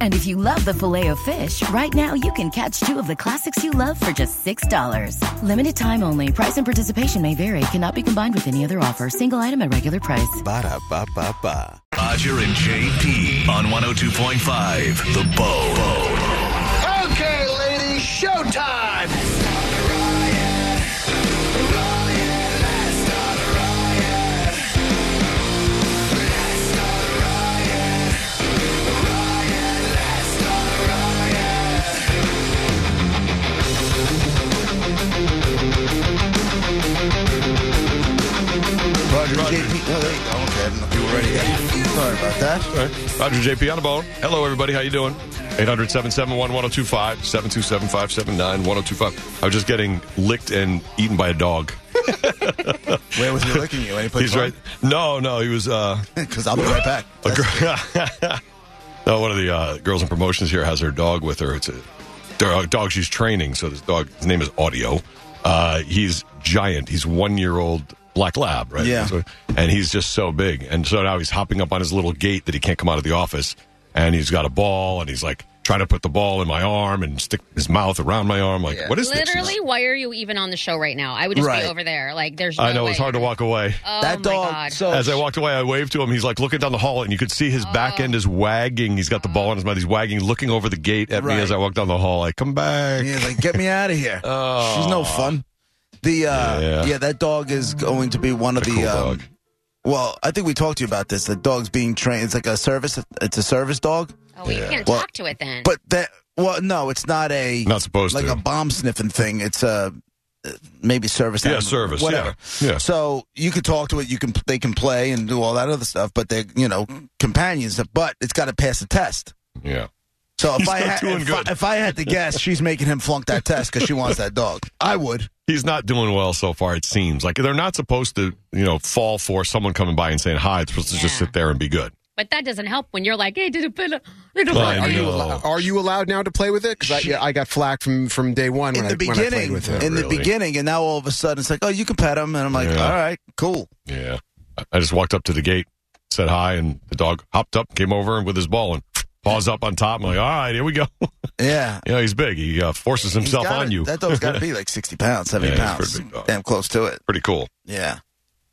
And if you love the filet of fish, right now you can catch two of the classics you love for just $6. Limited time only. Price and participation may vary. Cannot be combined with any other offer. Single item at regular price. Ba-da-ba-ba-ba. Roger and JP on 102.5 The Bow. Okay, ladies, showtime! Roger, JP. Oh, there you go. Okay, I didn't know you were ready yet. Sorry about that. All right. Roger JP on the bone. Hello, everybody. How you doing? 800-771-1025, 727-579-1025. I was just getting licked and eaten by a dog. Where was he licking you? Any place? He's right. No, no, he was uh, Because I'll be right back. a girl. no, one of the uh, girls in promotions here has her dog with her. It's a dog, dog she's training. So this dog, his name is Audio. Uh, he's giant. He's one year old black lab, right? Yeah. That's what- and he's just so big. And so now he's hopping up on his little gate that he can't come out of the office. And he's got a ball, and he's like trying to put the ball in my arm and stick his mouth around my arm. Like, what is this? Literally, why are you even on the show right now? I would just Right. be over there. Like, there's. No I know way. it's hard to walk away. Oh that my dog. God. So As I walked away, I waved to him. He's like looking down the hall, and you could see his back end is Oh. wagging. He's got the ball in his mouth. He's wagging, looking over the gate at Right. me as I walked down the hall. Like, come back. he's like, get me out of here. Oh. She's no fun. The uh, Yeah. yeah. that dog is going to be one of What a the. cool um, dog. Well, I think we talked to you about this. The dog's being trained. It's like a service. It's a service dog. Oh, well, you can't Well, talk to it then. But that. Well, no, it's not a. Not supposed like to. a bomb sniffing thing. It's a uh, maybe service. Yeah, animal, service, Whatever. yeah, yeah. So you can talk to it. You can they can play and do all that other stuff. But they are you know companions. But it's got to pass a test. yeah. So if He's I not had doing if, I, good. if I had to guess, she's making him flunk that test because she wants that dog. I would. He's not doing well so far, it seems. Like, they're not supposed to, you know, fall for someone coming by and saying hi. It's supposed to just Yeah. sit there and be good. but that doesn't help when you're like, hey, did it put a- did it Well, I put a- know. Al- Are you allowed now to play with it? Because I, yeah, I got flack from, from day one In when, the I, when I played beginning, with it. in the Really? beginning, and now all of a sudden it's like, oh, you can pet him, and I'm like, Yeah. all right, cool. Yeah. I- I just walked up to the gate, said hi, and the dog hopped up, came over and with his ball and paws up on top. I'm like, all right, here we go. Yeah. you know, he's big. He uh, forces He's himself gotta- on you. That dog's got to be like 60 pounds, 70 Yeah, he's a pounds. pretty big dog. Damn close to it. Pretty cool. Yeah.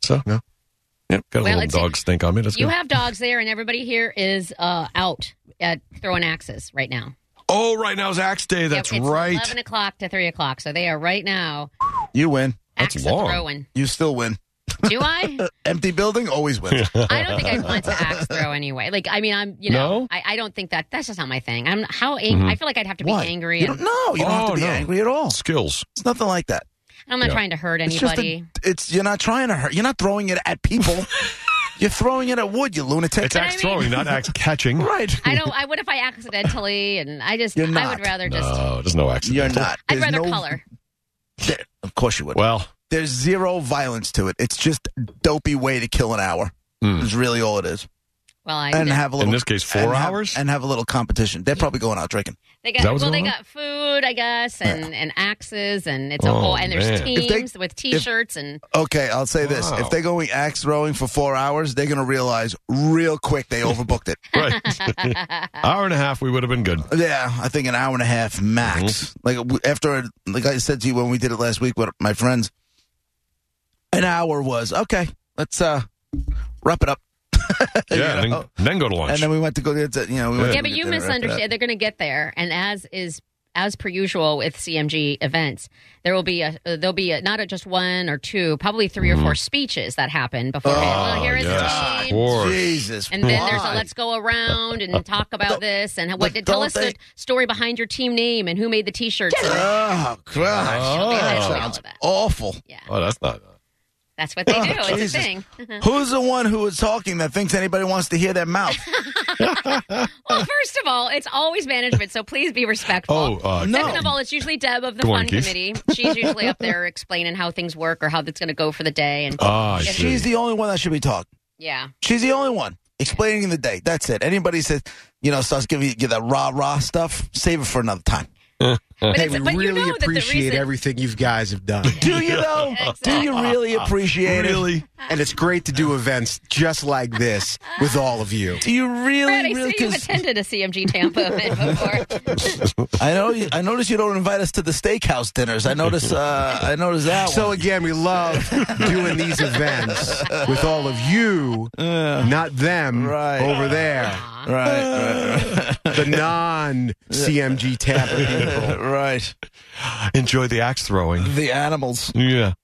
So no. Yep, got a Well, little it's- dog stink on me. That's You good. have dogs there, and everybody here is uh, out at throwing axes right now. oh, right now is Axe Day. That's It's right. Eleven o'clock to three o'clock, so they are right now You win. That's axe long. throwing. You still win. Do I? Uh, Empty building always wins. I don't think I want to axe throw anyway. Like, I mean, I'm you know, No? Mm-hmm. I, I don't think that that's just not my thing. I'm how ang- I feel like I'd have to be Why? angry. You and don't, no, you don't have Oh, to be no. angry at all. Skills. It's nothing like that. I'm not Yeah. trying to hurt It's just a- anybody. it's you're not trying to hurt. You're not throwing it at people. you're throwing it at wood. You lunatic. It's But I axe mean- throwing, not axe catching. right. I don't. I what if I accidentally and I just You're I not. would rather just. No, there's no accident. You're not. I'd There's rather no- color. There- of course you would. Well, There's zero violence to it. It's just dopey way to kill an hour. Hmm. Is really all it is. Well, I And have a little in this case, four and have- hours. and have a little competition. They're probably going out drinking. they Is that got what's well, they going on? got food, I guess, and and axes, and it's a Oh, whole and there's man. If they- teams with T-shirts and Okay, I'll say this: Wow. if they're going axe throwing for four hours, they're going to realize real quick they overbooked it. right. Hour and a half, we would have been good. Yeah, I think an hour and a half max. Mm-hmm. Like w- after, like I said to you when we did it last week with my friends, an hour was okay. Let's uh wrap it up. Yeah, Oh. and know? then, then go to lunch. And then we went to go get the- you know we went yeah, to but go get you dinner after that. misunderstand. They're going to get there, and as is as per usual with CMG events, there will be a uh, there'll be a, not a, just one or two, probably three or four speeches that happen before. well, here is Mm. Ah, yes, the of team. course. Jesus, And then there's a why? let's go around and talk about this and what but tell don't us they- the story behind your team name and who made the t-shirts. and- Oh gosh, She'll be there for all sounds of that. awful. Yeah, Oh, that's not. that's what they do. it's a Jesus. thing. Who's the one who is talking that thinks anybody wants to hear their mouth? Well, first of all, it's always management, so please be respectful. Oh, uh, No. Second of all, it's usually Deb of the Go on, fun Keith. committee. She's usually up there explaining how things work or how it's going to go for the day, and ah, I She's see. She's the only one that should be talking. yeah, She's the only one. Explaining the day. That's it. Anybody says, you know, starts giving you give that rah rah stuff, save it for another time. But, Hey, it's- we but you really know that the appreciate reason- everything you guys have done. Do you though? Do you really appreciate it? Really? and it's great to do events just like this with all of you. Do you really, Brad, I really? see you 'cause attended a CMG Tampa event before. I know. You, I notice you don't invite us to the steakhouse dinners. I notice. Uh, I notice that. So one. again, we love doing these events with all of you, not them Right. over there, right, the non CMG Tampa people. right, right. Enjoy the axe throwing. The animals. Yeah.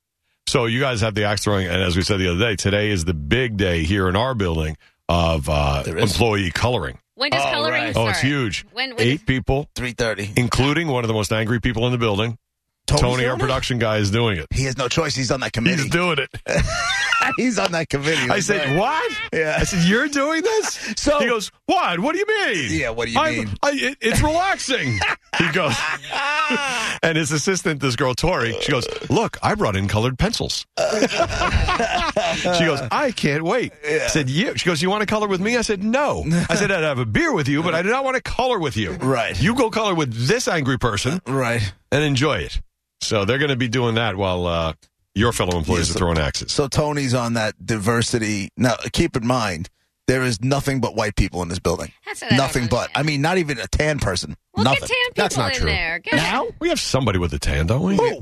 So you guys have the axe throwing, and as we said the other day, today is the big day here in our building of uh, There is. employee coloring. When does coloring right. start? Oh, it's huge. When, when Eight people, Three thirty. including one of the most angry people in the building. Tony, our production guy, is doing it. He has no choice. He's on that He's committee. doing it. He's on that committee. I said, "What?" Yeah. I said, "You're doing this?" So- he goes, "What? What do you mean?" Yeah, what do you I'm- mean? I, it, it's relaxing. he goes, and his assistant, this girl Tori, she goes, "Look, I brought in colored pencils." she goes, "I can't wait." I said, "You?" She goes, "You want to color with me?" I said, "No." I said, "I'd have a beer with you, but I do not want to color with you." Right. You go color with this angry person Right. and enjoy it. So they're going to be doing that while uh, your fellow employees Yes. are throwing axes. So Tony's on that diversity. Now, keep in mind, there is nothing but white people in this building. That's what I don't nothing but. I understand. mean, not even a tan person. Well, nothing. get tan people That's not in true. there. Get now? We have somebody with a tan, don't we? Ooh.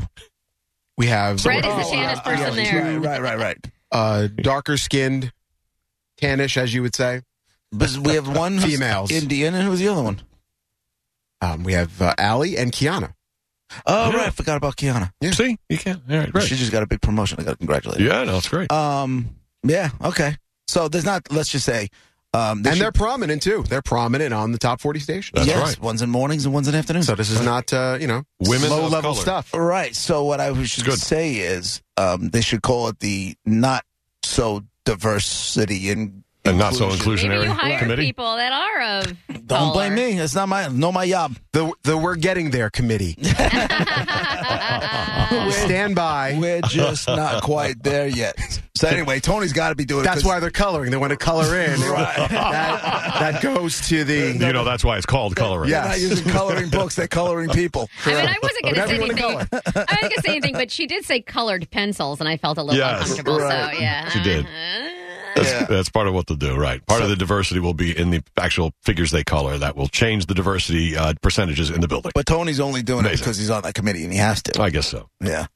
We have Brett is the tannest yeah, person yeah, there. Right, right, right, right. uh, darker skinned, tannish, as you would say. But we have one who's Females. Indian, and who's the other one? Um, we have uh, Allie and Kiana. Oh, Yeah. right. I forgot about Kiana. See, you can't. All right, She just got a big promotion. I got to congratulate her. Yeah, no, it's great. Um, yeah, okay. So there's not, let's just say, um, there and should- they're prominent, too. They're prominent on the top 40 stations. That's yes, right. one's in mornings and one's in afternoons. So this is not, uh, you know, Women low of level color. stuff. Right. So what I should Good. say is, um, they should call it the not so diversity and and not so inclusion. Maybe inclusionary you hire committee. people that are of. Don't blame color. me. It's not my no my job. The, the We're Getting There committee. Uh, Oh. Stand by. We're just not quite there yet. So anyway, Tony's got to be doing. it That's 'cause- why they're coloring. They want to color in. that, that goes to the. You know, that's why it's called coloring. They're not using coloring books. They're coloring people. I mean, I wasn't going to Whatever say you anything. wanna I wasn't going to say anything, but she did say colored pencils, and I felt a little Yes, uncomfortable. right. So yeah, She did. Uh-huh. That's, Yeah. that's part of what they'll do, right? Part of So- the diversity will be in the actual figures they color. That will change the diversity uh, percentages in the building. But Tony's only doing it Amazing. because he's on that committee and he has to. I guess so. Yeah.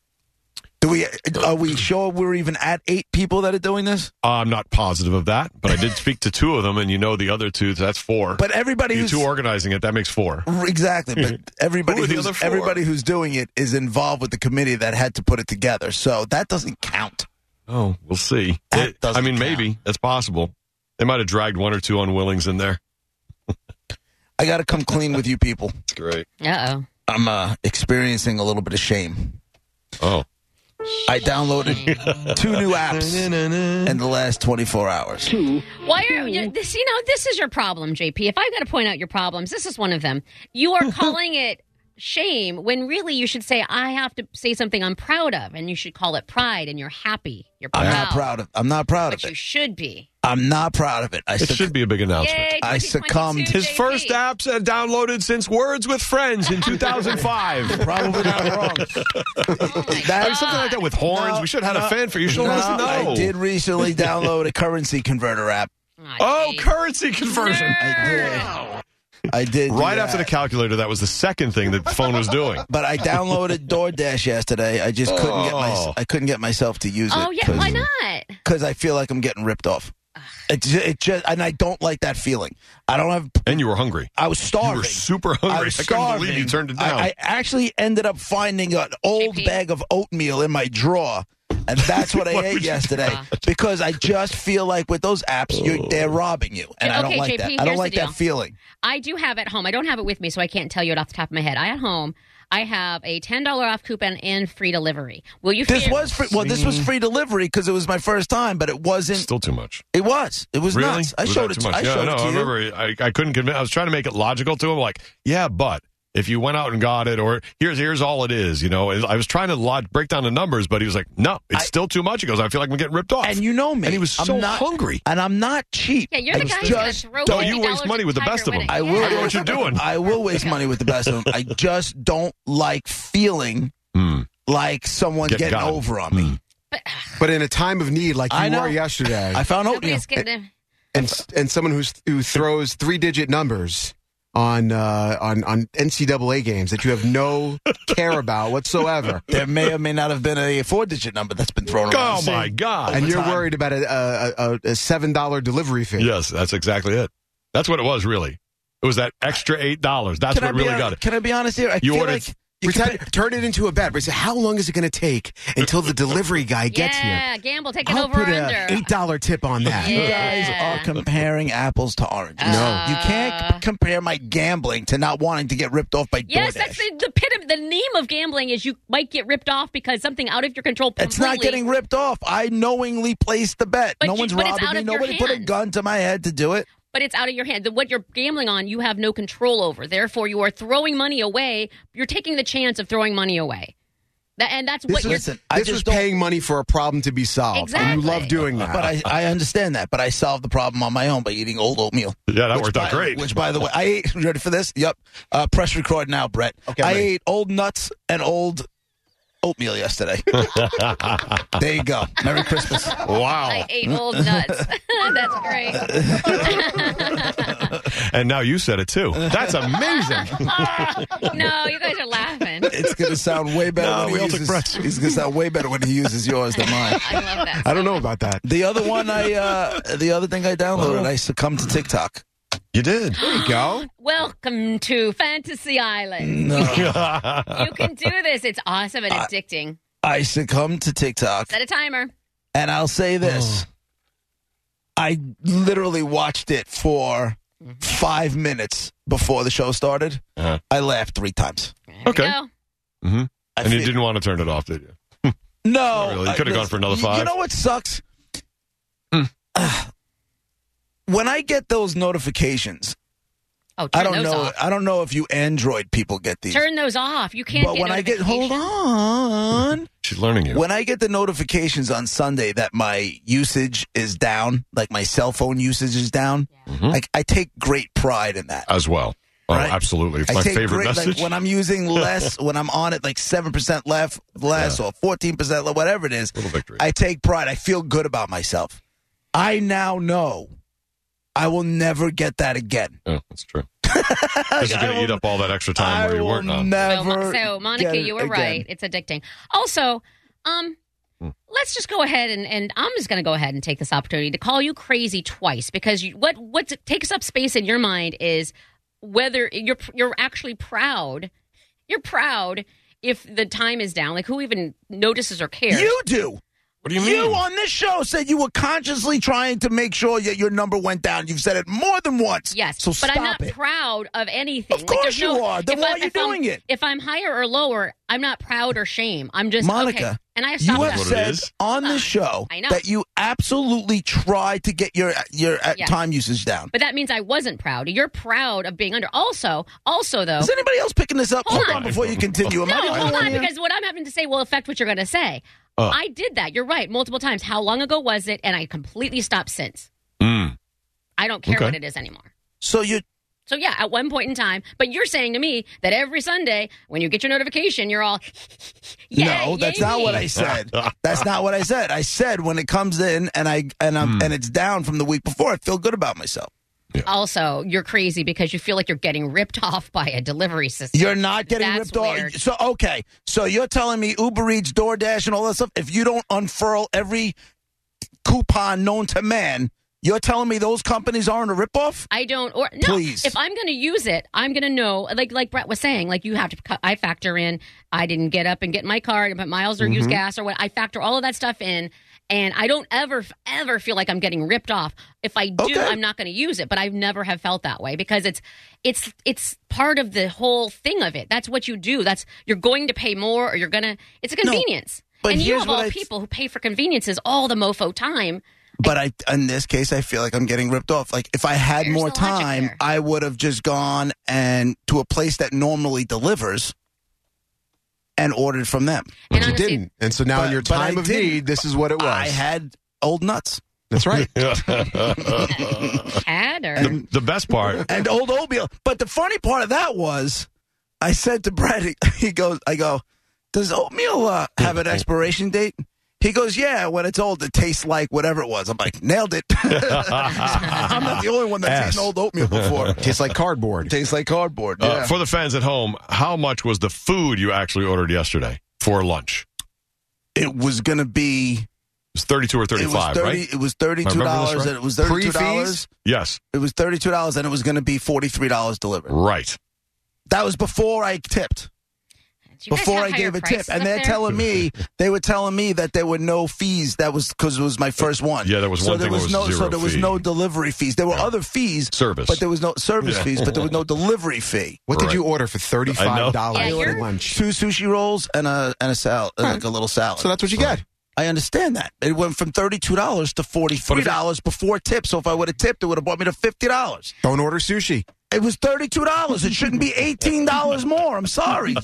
Do we? Are we sure we're even at eight people that are doing this? I'm not positive of that, but I did speak to two of them, and you know the other two. so That's four. But everybody you who's two organizing it, that makes four. Exactly, but everybody Who are the who's, other four? everybody who's doing it is involved with the committee that had to put it together. So that doesn't count. Oh, we'll see. That It- I doesn't mean, count. maybe that's possible. They might have dragged one or two unwillings in there. I got to come clean with you people. That's great. Uh oh. I'm uh, experiencing a little bit of shame. Oh, I downloaded two new apps in the last 24 hours. Why are you, this? You know, this is your problem, JP. If I've got to point out your problems, this is one of them. You are calling it shame when really you should say, "I have to say something I'm proud of," and you should call it pride. And you're happy. You're proud. I'm not proud of. I'm not proud but you of it. should be. I'm not proud of it. I it succ- should be a big announcement. Yay, I 2022, succumbed. His JP. first apps uh, downloaded since Words with Friends in 2005. probably not wrong. Oh my That- God. Something like that with horns. No, we should have had a no, fan for you. You should have let No, us know. I did recently download a currency converter app. Aw, Oh, geez. currency conversion. I did. I did. do Right after the that. calculator, that was the second thing that the phone was doing. But I downloaded DoorDash yesterday. I just couldn't get my Oh. I couldn't get myself to use it. Oh yeah, why not? Because I feel like I'm getting ripped off. It just, it just and I don't like that feeling. I don't have. And you were hungry. I was starving. You were super hungry. I, I was couldn't starving. believe you turned it I- down. I, actually ended up finding an old JP? bag of oatmeal in my drawer. And that's what I Why ate would you- yesterday because I just feel like with those apps, Oh. you're, they're robbing you, and I don't Okay, like JP, that. I here's don't the like that deal. feeling. I do have at home. I don't have it with me, so I can't tell you it off the top of my head. I at home. I have a ten dollar off coupon and free delivery. Will you? This figure- was free, well, this was free delivery because it was my first time, but it wasn't. Still too much. It was. It was Really? nuts. I Was showed that it. too To, much? I yeah, showed no, it to I you. remember. I, I couldn't convince. I was trying to make it logical to him. Like, yeah, but if you went out and got it, or here's here's all it is. You know, And I was trying to lot, break down the numbers, but he was like, no, it's still too much. He goes, I feel like I'm getting ripped off. And you know me. And he was I'm so not- hungry. And I'm not cheap. Yeah, you're the I guy who's gonna just throw No, $50 you waste money with the at best of Tiger them. I winning. will. Yeah. I know what you're doing. I will waste money with the best of them. I just don't like feeling Hmm. like someone Get getting got 'em. over on me. But in a time of need like I you know. were Hmm. yesterday, I found oatmeal. Nobody's gonna. and s- and someone who's who throws three digit numbers on uh, on on NCAA games that you have no care about whatsoever, There may or may not have been a four-digit number that's been thrown around. Oh my god! and you're time. worried about a a, a, a seven dollar delivery fee. yes, that's exactly it. That's what it was really. It was that extra eight dollars. That's Can I what be really hon- got it. Can I be honest here? I You feel ordered- like you Pretend- compare- turn it into a bet. But say, how long is it going to take until the delivery guy gets here? yeah, gamble, take an I'll over put under. a eight dollar tip on that. you Yeah. Uh. guys are comparing apples to oranges. No. you can't c- compare my gambling to not wanting to get ripped off by Yes, DoorDash. that's the, the pit of the name of gambling is you might get ripped off because something out of your control. It's not completely- getting ripped off. I knowingly placed the bet. But no you- one's but it's robbing out me. of your Nobody put a hands. gun to my head to do it. but it's out of your hand. The, what you're gambling on, you have no control over. Therefore, you are throwing money away. You're taking the chance of throwing money away. That, and that's what This you're. is- listen, I This just was don't- paying money for a problem to be solved. And Exactly. you love doing that. But I, I understand that. But I solved the problem on my own by eating old oatmeal. Yeah, that Which worked out by- great. Which, by the way, I ate. You ready for this? Yep. Uh, press record now, Brett. Okay. I ate old nuts and old oatmeal yesterday. there you go. Merry Christmas. I Wow! ate old nuts. that's great. And now you said it too. That's amazing. No, you guys are laughing. It's gonna sound way better. No, when he we all took uses, breaths. It's gonna sound way better when he uses yours than mine. I love that. I don't know about that. The other one, I uh, the other thing I downloaded, I succumbed to TikTok. you did. There you go. Welcome to Fantasy Island. You can do this. It's awesome and addicting. I succumbed to TikTok, Set a timer. and I'll say Oh. this: I literally watched it for five minutes before the show started. Uh-huh. I laughed three times. There Okay. We go. I and you feel- didn't want to turn it off, did you? No, really. You I- coulda gone listen, for another you- You five. Hmm. know what sucks? Ah. when I get those notifications, Oh, turn I don't those know. off. I don't know if you Android people get these. Turn those off. You can't. but get when I get hold notifications. on, She's learning you. when I get the notifications on Sunday that my usage is down, like my cell phone usage is down, Mm-hmm. like I take great pride in that. as well. Oh, Right. absolutely. It's I my take favorite great, message. Like when I'm using less, when I'm on it like seven percent left, less or fourteen percent, whatever it is. Little victory. I take pride. I feel good about myself. I now know I will never get that again. oh, that's true. this is going to eat up all that extra time I where you will weren't on. So, Mo- never. so, get Monica, it you were again. Hmm. right. It's addicting. Also, um, let's just go ahead and, and I'm just going to go ahead and take this opportunity to call you crazy twice because you, what what takes up space in your mind is whether you're you're actually proud. You're proud if the time is down. Like who even notices or cares? You do. What do you mean? You on this show said you were consciously trying to make sure that your number went down. You've said it more than once. Yes, So but stop I'm not it. proud of anything. Of there's course you are. Then if why I- are you if I'm- doing it? If I'm higher or lower, I'm not proud or shame. I'm just Monica, okay. And I have you stopped have that. That's what it said is. on Hold on. this show I know. that you absolutely try to get your your uh, Yes. time usage down. But that means I wasn't proud. You're proud of being under. Also, also though, Is anybody else picking this up? Hold Hold on, on. before you continue. Am no, I the only hold one on, here? because what I'm having to say will affect what you're going to say. Oh. I did that. You're right, multiple times. How long ago was it? And I completely stopped since. Mm. I don't care Okay. what it is anymore. so you So yeah, at one point in time. But you're saying to me that every Sunday when you get your notification, you're all, yeah, no, that's not what I said. that's not what I said. I said when it comes in and I and Hmm. I'm and it's down from the week before, I feel good about myself. Also, you're crazy because you feel like you're getting ripped off by a delivery system. You're not getting That's ripped weird. off. So okay, so you're telling me Uber Eats, DoorDash, and all that stuff. If you don't unfurl every coupon known to man, you're telling me those companies aren't a ripoff. I don't or no. Please. If I'm going to use it, I'm going to know. Like like Brett was saying, like you have to. cu- I factor in. I didn't get up and get in my car and put miles or Mm-hmm. use gas or what. I factor all of that stuff in, and I don't ever ever feel like I'm getting ripped off. If I do, Okay. I'm not going to use it. But I've never have felt that way because it's it's it's part of the whole thing of it. That's what you do. That's you're going to pay more or you're gonna. It's a convenience. but and you here's of what all I- people who pay for conveniences all the mofo time But I, in this case, I feel like I'm getting ripped off. Like if I had There's more the logic time, there. I would have just gone and to a place that normally delivers and ordered from them. But And you honestly- didn't. And so now But- in your but I time of didn't. need, this is what it was. I had old nuts That's right. Tad or the, the best part, uh, and old oatmeal. But the funny part of that was, I said to Brett, he goes, I go, does oatmeal uh, have an expiration date? He goes, yeah, when it's old, it tastes like whatever it was. I'm like, nailed it. I'm not the only one that's Ass. eaten old oatmeal before. Tastes like cardboard. tastes like cardboard. uh, for the fans at home, how much was the food you actually ordered yesterday for lunch? it was going to be It was 32 or it 35, was 30 right? it was Am I remembering $32 this right? and it was Pre-fees? $32 Yes, it was $32 and it was going to be $43 delivered. right. That was before I tipped. Do you guys before have I higher gave a tip, prices and up they're there? telling me they were telling me that there were no fees. That was because it was my first one. Yeah, there was so one there thing was, where it no was so zero there was fee. no delivery fees. There were other fees, Service. but there was no service fees, but there was no delivery fee. What did Right. you order I for know. thirty-five Yeah, dollars you're- for lunch? Two sushi rolls and a and a salad, and like a little salad. So that's what you got. get. I understand that it went from thirty two dollars to forty three dollars before tip. So if I would have tipped, it would have brought me to fifty dollars. Don't order sushi. It was thirty two dollars. It shouldn't be eighteen dollars more. I'm sorry.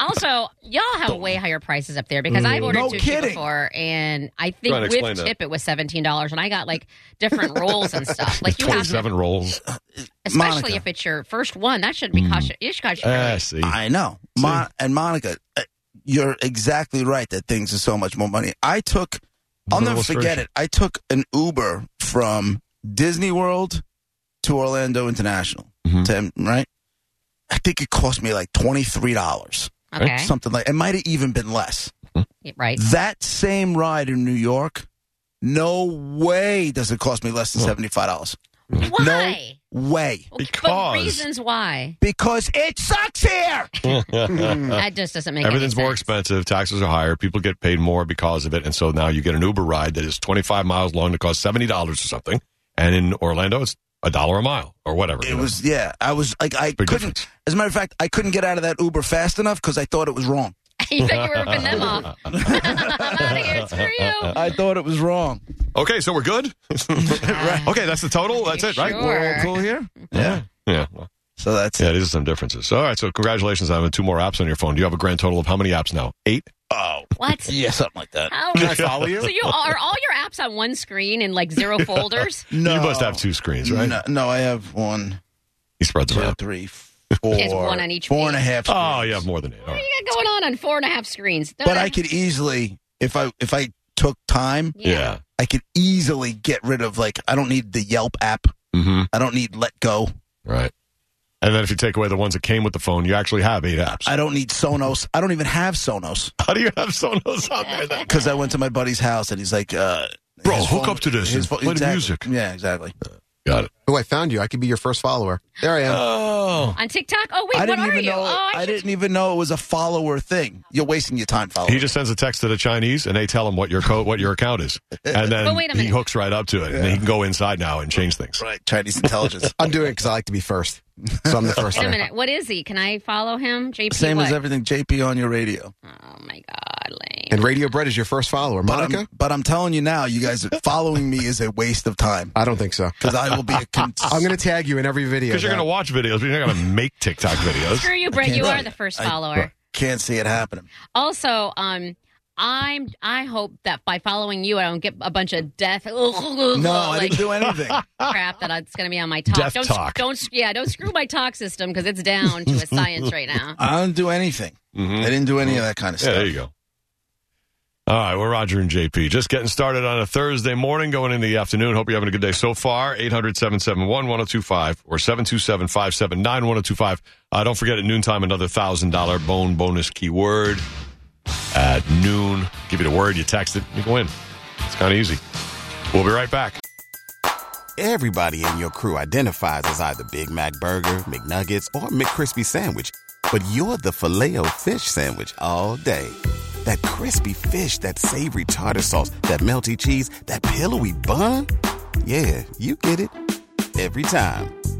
Also, y'all have way higher prices up there because I've ordered No sushi kidding. before, and Try I to think explain with that. tip it was seventeen dollars, and I got like different rolls and stuff. Like you have, to, 27 rolls. especially Monica. if it's your first one, that should be cost. You should cost Ah, see. I know. Mon- and Monica, uh, you're exactly right that things are so much more money. I took, I'll No never forget illustration. it. I took an Uber from Disney World to Orlando International, Mm-hmm. to, right? I think it cost me like $23, okay, something like It might have even been less. right? That same ride in New York, no way does it cost me less than $75. Why? Way. Okay, Because- but reasons why Because it sucks here. that just doesn't make Everything's any more sense. expensive. Taxes are higher. People get paid more because of it. And so now you get an Uber ride that is 25 miles long that costs $70 or something. And in Orlando, it's a dollar a mile or whatever. you It know. was yeah. I was like I Big couldn't. difference. As a matter of fact, I couldn't get out of that Uber fast enough because I thought it was wrong. you thought you were ripping them off. I'm out of here. Screw you. I thought it was wrong. Okay, so we're good? Okay, that's the total. That's it, right? Sure. We're all cool here? Yeah. Yeah. So that's Yeah, these are some differences. All right, so congratulations on having two more apps on your phone. Do you have a grand total of how many apps now? Eight? oh What? yeah, something like that. How? Can I follow you? So you are all your apps on one screen in like zero folders? No, You must have two screens, right? No, no, I have one, He spreads them two, out. three, has four, one on each four and a page. half Oh, screens. you have more than eight. All right. What you got going on on four and a half screens? Throw But that- I could easily, if I if I took time, Yeah. I could easily get rid of like I don't need the Yelp app. Mm-hmm. I don't need Let Go. Right. And then if you take away the ones that came with the phone, you actually have eight apps. I don't need Sonos. I don't even have Sonos How do you have Sonos on there? Then? because I went to my buddy's house and he's like, uh, Bro, his hook phone- up to this his and phone- play the exactly. music. Yeah, exactly. Got it. Oh, I found you. I could be your first follower. There I am. Oh. on TikTok. Oh wait, what I didn't are even you? know. oh, I, should- didn't even know it was a follower thing. You're wasting your time following. He just sends a text to the Chinese, and they tell him what your code, what your account is, and But then wait a he minute. hooks right up to it, and he can go inside now and change things. right Chinese intelligence. I'm doing it because I like to be first. So I'm the first. Wait a there. minute. What is he? Can I follow him? JP. Same what? as everything JP on your radio. Oh my god, lame. And Radio Bread is your first follower, But Monica. I'm, but I'm telling you now, you guys following me is a waste of time I don't think so. because I will be a. Con- I'm going to tag you in every video. Because you're now. going to watch videos, but you're not going to make TikTok videos. Screw you, Brett. You can't- are the first I- follower. can't see it happening. Also, um, I'm. I hope that by following you, I don't get a bunch of death. No, I like didn't do anything. crap that it's going to be on my talk. Death don't, talk. Don't. Yeah, don't screw my talk system because it's down to a science right now. I didn't do anything. I Mhm. didn't do any of that kind of Yeah, stuff. there you go. All right, we're Roger and JP. Just getting started on a Thursday morning, going into the afternoon. Hope you're having a good day so far. 800 771 1025 or 727 579 1025. Uh, Don't forget at noontime, another $1,000 bone bonus keyword. At noon, give you the word, you text it, you can win. It's kind of easy. We'll be right back. Everybody in your crew identifies as either Big Mac Burger, McNuggets, or McCrispy Sandwich. But you're the filet fish Sandwich all day. That crispy fish, that savory tartar sauce, that melty cheese, that pillowy bun. Yeah, you get it. Every time.